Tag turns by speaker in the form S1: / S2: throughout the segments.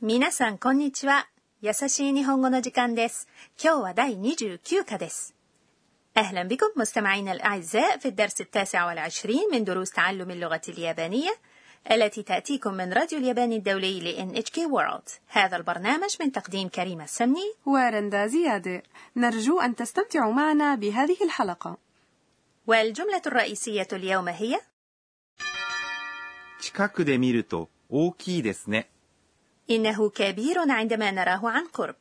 S1: 皆さんこんにちは。優しい日本語の時間です。今日は第29課です。أهلا بكم مستمعينا الأعزاء في الدرس التاسع والعشرين من دروس تعلم اللغة اليابانية التي تأتيكم من راديو اليابان الدولي ل NHK World هذا البرنامج من تقديم كريمة السمني
S2: ورندا زيادة نرجو أن تستمتعوا معنا بهذه الحلقة
S1: والجملة الرئيسية اليوم هي
S3: 近くで見ると大きいですね。
S1: إنه كبير عندما نراه عن قرب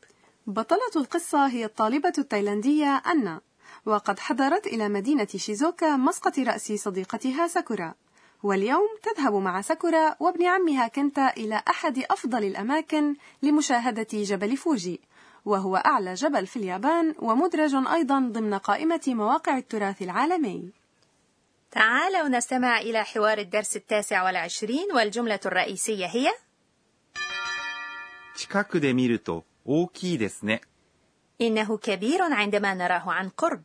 S2: بطلة القصة هي الطالبة التايلاندية أنا وقد حضرت إلى مدينة شيزوكا مسقط رأس صديقتها ساكورا واليوم تذهب مع ساكورا وابن عمها كنتا إلى أحد أفضل الأماكن لمشاهدة جبل فوجي وهو أعلى جبل في اليابان ومدرج أيضا ضمن قائمة مواقع التراث العالمي
S1: تعالوا نستمع إلى حوار الدرس التاسع والعشرين والجملة الرئيسية هي
S3: 近くで見ると大きいですね。
S1: إنه كبير عندما نراه عن قرب.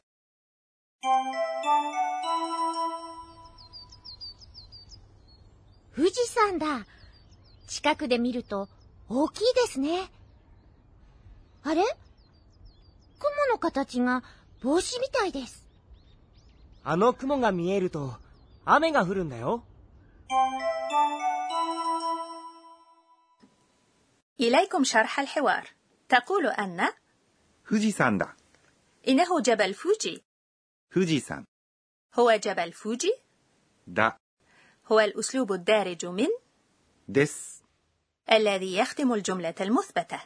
S4: 富士山だ。近くで見ると大きいですね。あれ雲の形が帽子みたいです。
S5: あの雲が見えると雨が降るんだよ。
S1: إليكم شرح الحوار. تقول أن
S3: 富士山だ。
S1: إنه جبل فوجي.
S3: 富士山
S1: هو جبل فوجي
S3: だ
S1: هو الأسلوب الدارج من
S3: です。
S1: الذي يختم الجملة المثبتة.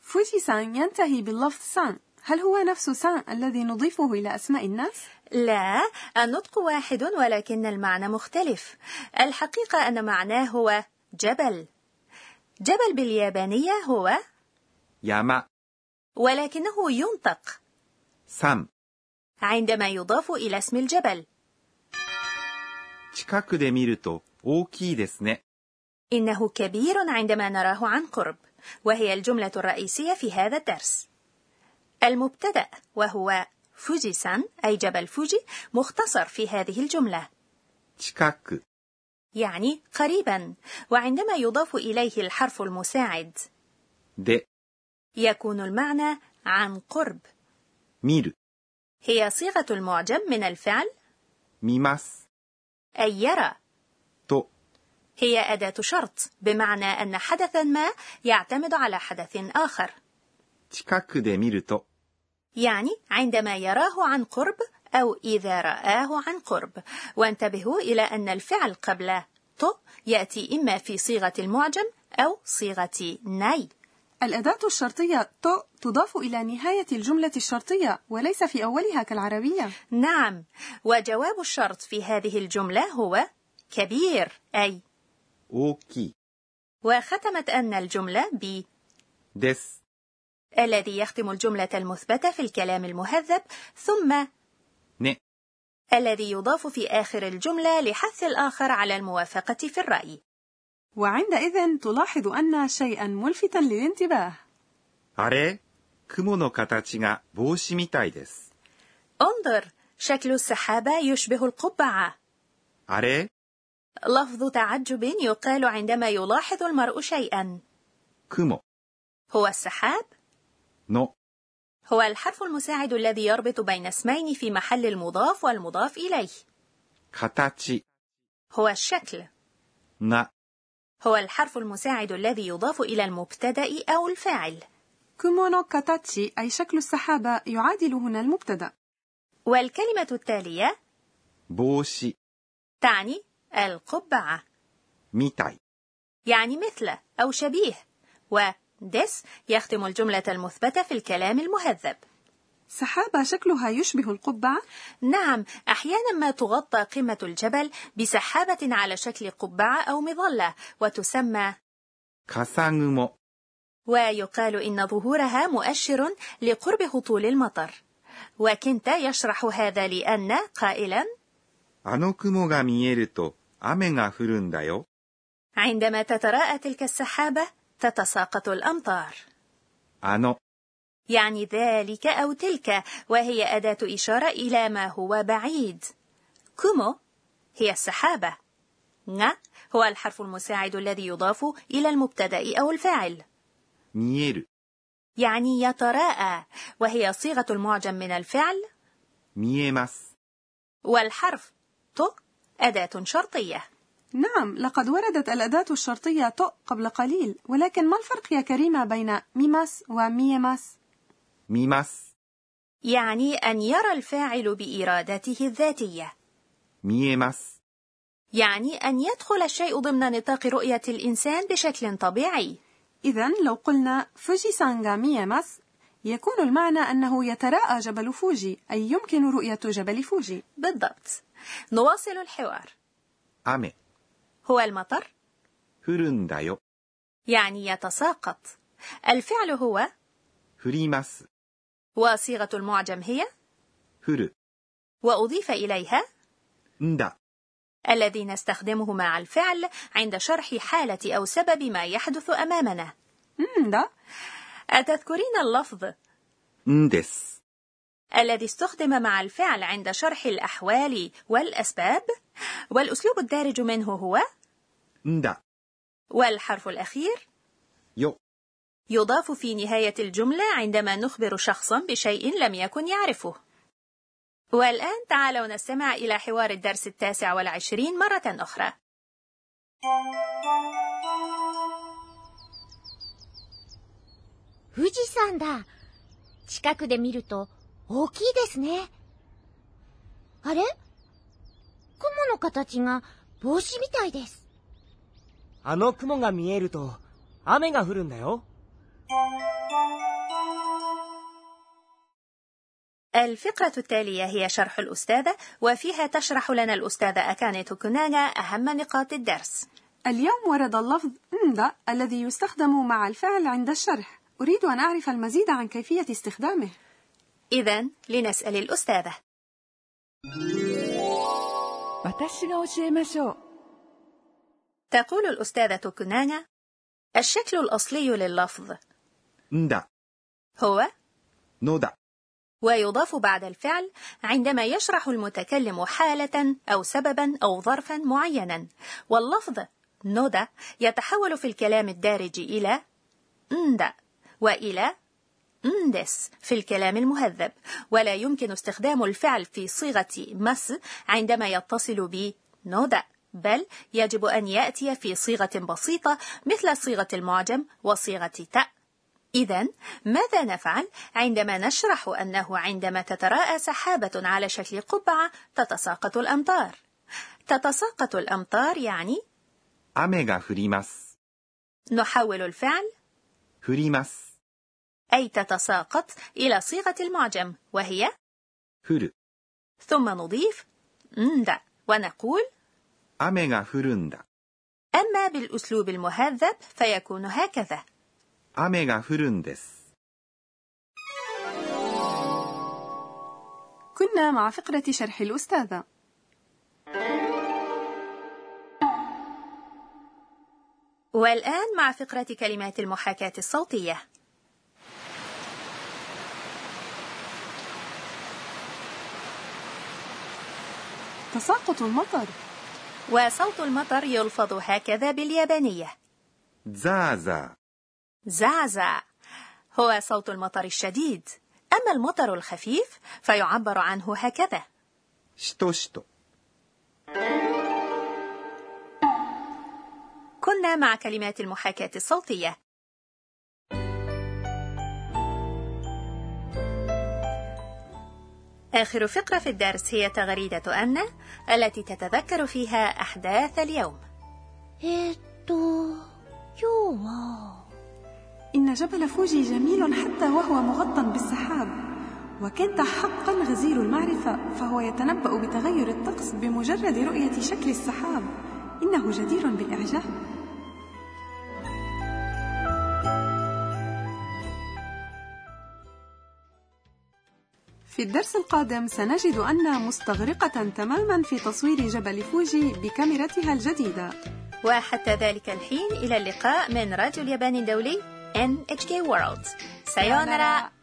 S2: فوجي سان ينتهي باللفظ سان هل هو نفس سان الذي نضيفه إلى أسماء الناس؟
S1: لا، النطق واحد ولكن المعنى مختلف. الحقيقة أن معناه هو جبل. جبل باليابانية هو
S3: 山、
S1: ولكنه ينطق
S3: 山。
S1: عندما يضاف إلى اسم الجبل.
S3: 近くで見ると大きいですね。
S1: إنه كبير عندما نراه عن قرب، وهي الجملة الرئيسية في هذا الدرس. المبتدأ وهو فوجيسان أي جبل فوجي مختصر في هذه الجملة،
S3: 近く、
S1: يعني قريبا، وعندما يضاف إليه الحرف المساعد
S3: で、
S1: يكون المعنى عن قرب.
S3: 見る、
S1: هي صيغة المعجم من الفعل
S3: 見ます、
S1: أي يرى،
S3: と、
S1: هي أداة شرط بمعنى أن حدثا ما يعتمد على حدث آخر.
S3: 近くで見ると、
S1: يعني عندما يراه عن قرب أو إذا رآه عن قرب وانتبهوا إلى أن الفعل قبل تو يأتي إما في صيغة المعجم أو صيغة ناي
S2: الأداة الشرطية تو تضاف إلى نهاية الجملة الشرطية وليس في أولها كالعربية
S1: نعم وجواب الشرط في هذه الجملة هو كبير أي
S3: 大きい、
S1: وختمت أن الجملة ب
S3: です。
S1: الذي يختم الجملة المثبتة في الكلام المهذب ثم
S3: ね、
S1: الذي يضاف في آخر الجملة لحث الآخر على الموافقة في الرأي
S2: وعندئذ تلاحظ أن شيئا ملفتا للانتباه
S3: あれ雲の形が帽子みたいです。
S1: انظر شكل السحابة يشبه القبعة
S3: あれ
S1: لفظ تعجب يقال عندما يلاحظ المرء شيئا
S3: 雲
S1: هو السحاب
S3: の
S1: هو الحرف المساعد الذي يربط بين اسمين في محل المضاف والمضاف إليه
S3: 形
S1: هو الشكل
S3: が
S1: هو الحرف المساعد الذي يضاف إلى المبتدأ أو الفاعل
S2: كومونو كاتاتشي أي شكل السحابة يعادل هنا المبتدأ
S1: والكلمة التالية
S3: 帽子
S1: تعني القبعة
S3: みたい。
S1: يعني مثل أو شبيه ودس يختم الجملة المثبتة في الكلام المهذب
S2: سحابة شكلها يشبه القبعة
S1: نعم أحيانا ما تغطى قمة الجبل بسحابة على شكل قبعة أو مظلة وتسمى
S3: 笠雲、
S1: ويقال إن ظهورها مؤشر لقرب هطول المطر وكنت يشرح هذا لأن قائلا
S3: あの雲が見えると雨が降るんだよ。
S1: عندما تتراءى تلك السحابة تتساقط الأمطار
S3: あの、
S1: يعني ذلك أو تلك وهي أداة إشارة إلى ما هو بعيد كومو هي السحابة نا هو الحرف المساعد الذي يضاف إلى المبتدأ أو الفاعل
S3: 見える
S1: يعني يتراءى وهي صيغة المعجم من الفعل
S3: 見えます
S1: والحرف ط أداة شرطية
S2: نعم لقد وردت الأداة الشرطية ت قبل قليل ولكن ما الفرق يا كريمة بين ميماس وميماس؟
S3: 見ます
S1: يعني أن يرى الفاعل بإرادته الذاتية
S3: 見えます
S1: يعني أن يدخل الشيء ضمن نطاق رؤية الإنسان بشكل طبيعي
S2: إذا لو قلنا فوجي سانغا مياماس يكون المعنى أنه يتراءى جبل فوجي أي يمكن رؤية جبل فوجي
S1: بالضبط نواصل الحوار
S3: 雨
S1: هو المطر
S3: 降るんだよ
S1: يعني يتساقط الفعل هو
S3: 降ります
S1: وصيغة المعجم هي
S3: 降る
S1: وأضيف إليها
S3: んだ
S1: الذي نستخدمه مع الفعل عند شرح حالة أو سبب ما يحدث أمامنا
S2: مم ده
S1: أتذكرين اللفظ
S3: んです
S1: الذي استخدم مع الفعل عند شرح الأحوال والأسباب والأسلوب الدارج منه هو
S3: んだ
S1: والحرف الأخير
S3: よ
S1: يضاف في نهاية الجملة عندما نخبر شخصا بشيء لم يكن يعرفه والآن تعالوا نستمع إلى حوار الدرس التاسع والعشرين مرة أخرى
S4: 富士山だ。近くで見ると大きいですね。あれ雲の形が帽子みたいです。
S5: あの雲が見えると雨が降るんだよ。
S1: الفقرة التالية هي شرح الأستاذة وفيها تشرح لنا الأستاذة أكاني توكوناغا أهم نقاط الدرس
S2: اليوم ورد اللفظ ندا الذي يستخدم مع الفعل عند الشرح أريد أن أعرف المزيد عن كيفية استخدامه
S1: إذا لنسأل الأستاذة
S6: 私が教えましょう
S1: تقول الأستاذة توكوناغا الشكل الأصلي لللفظ
S3: んだ
S1: هو
S3: のだ
S1: ويضاف بعد الفعل عندما يشرح المتكلم حالة أو سببا أو ظرفا معينا واللفظ نودا يتحول في الكلام الدارج إلى ندا وإلى ندس في الكلام المهذب ولا يمكن استخدام الفعل في صيغة مس عندما يتصل ب نودا بل يجب أن يأتي في صيغة بسيطة مثل صيغة المعجم وصيغة تأ إذا ماذا نفعل عندما نشرح أنه عندما تتراءى سحابة على شكل قبعة تتساقط الأمطار؟ تتساقط الأمطار يعني
S3: 雨が降ります
S1: نحول الفعل
S3: 降ります
S1: أي تتساقط إلى صيغة المعجم وهي
S3: 降る
S1: ثم نضيف ند ونقول
S3: 雨が降るんだ
S1: أما بالأسلوب المهذب فيكون هكذا
S3: 雨が降るんです
S2: كنا مع فقرة شرح الأستاذة
S1: والآن مع فقرة كلمات المحاكاة الصوتية
S2: تساقط المطر
S1: وصوت المطر يلفظ هكذا باليابانية
S3: ザーザ
S1: زعزع هو صوت المطر الشديد أما المطر الخفيف فيعبر عنه هكذا
S3: ーしとしと
S1: كنا مع كلمات المحاكاة الصوتية آخر فقرة في الدرس هي تغريدة أن التي تتذكر فيها أحداث اليوم
S4: えー、っと、今日は、
S2: إن جبل فوجي جميل حتى وهو مغطى بالسحاب وكنت حقا غزير المعرفة فهو يتنبأ بتغير الطقس بمجرد رؤية شكل السحاب إنه جدير بالإعجاب في الدرس القادم سنجد أن مستغرقة تماما في تصوير جبل فوجي بكاميرتها الجديدة
S1: وحتى ذلك الحين إلى اللقاء من راديو اليابان الدولي NHK World سايونارا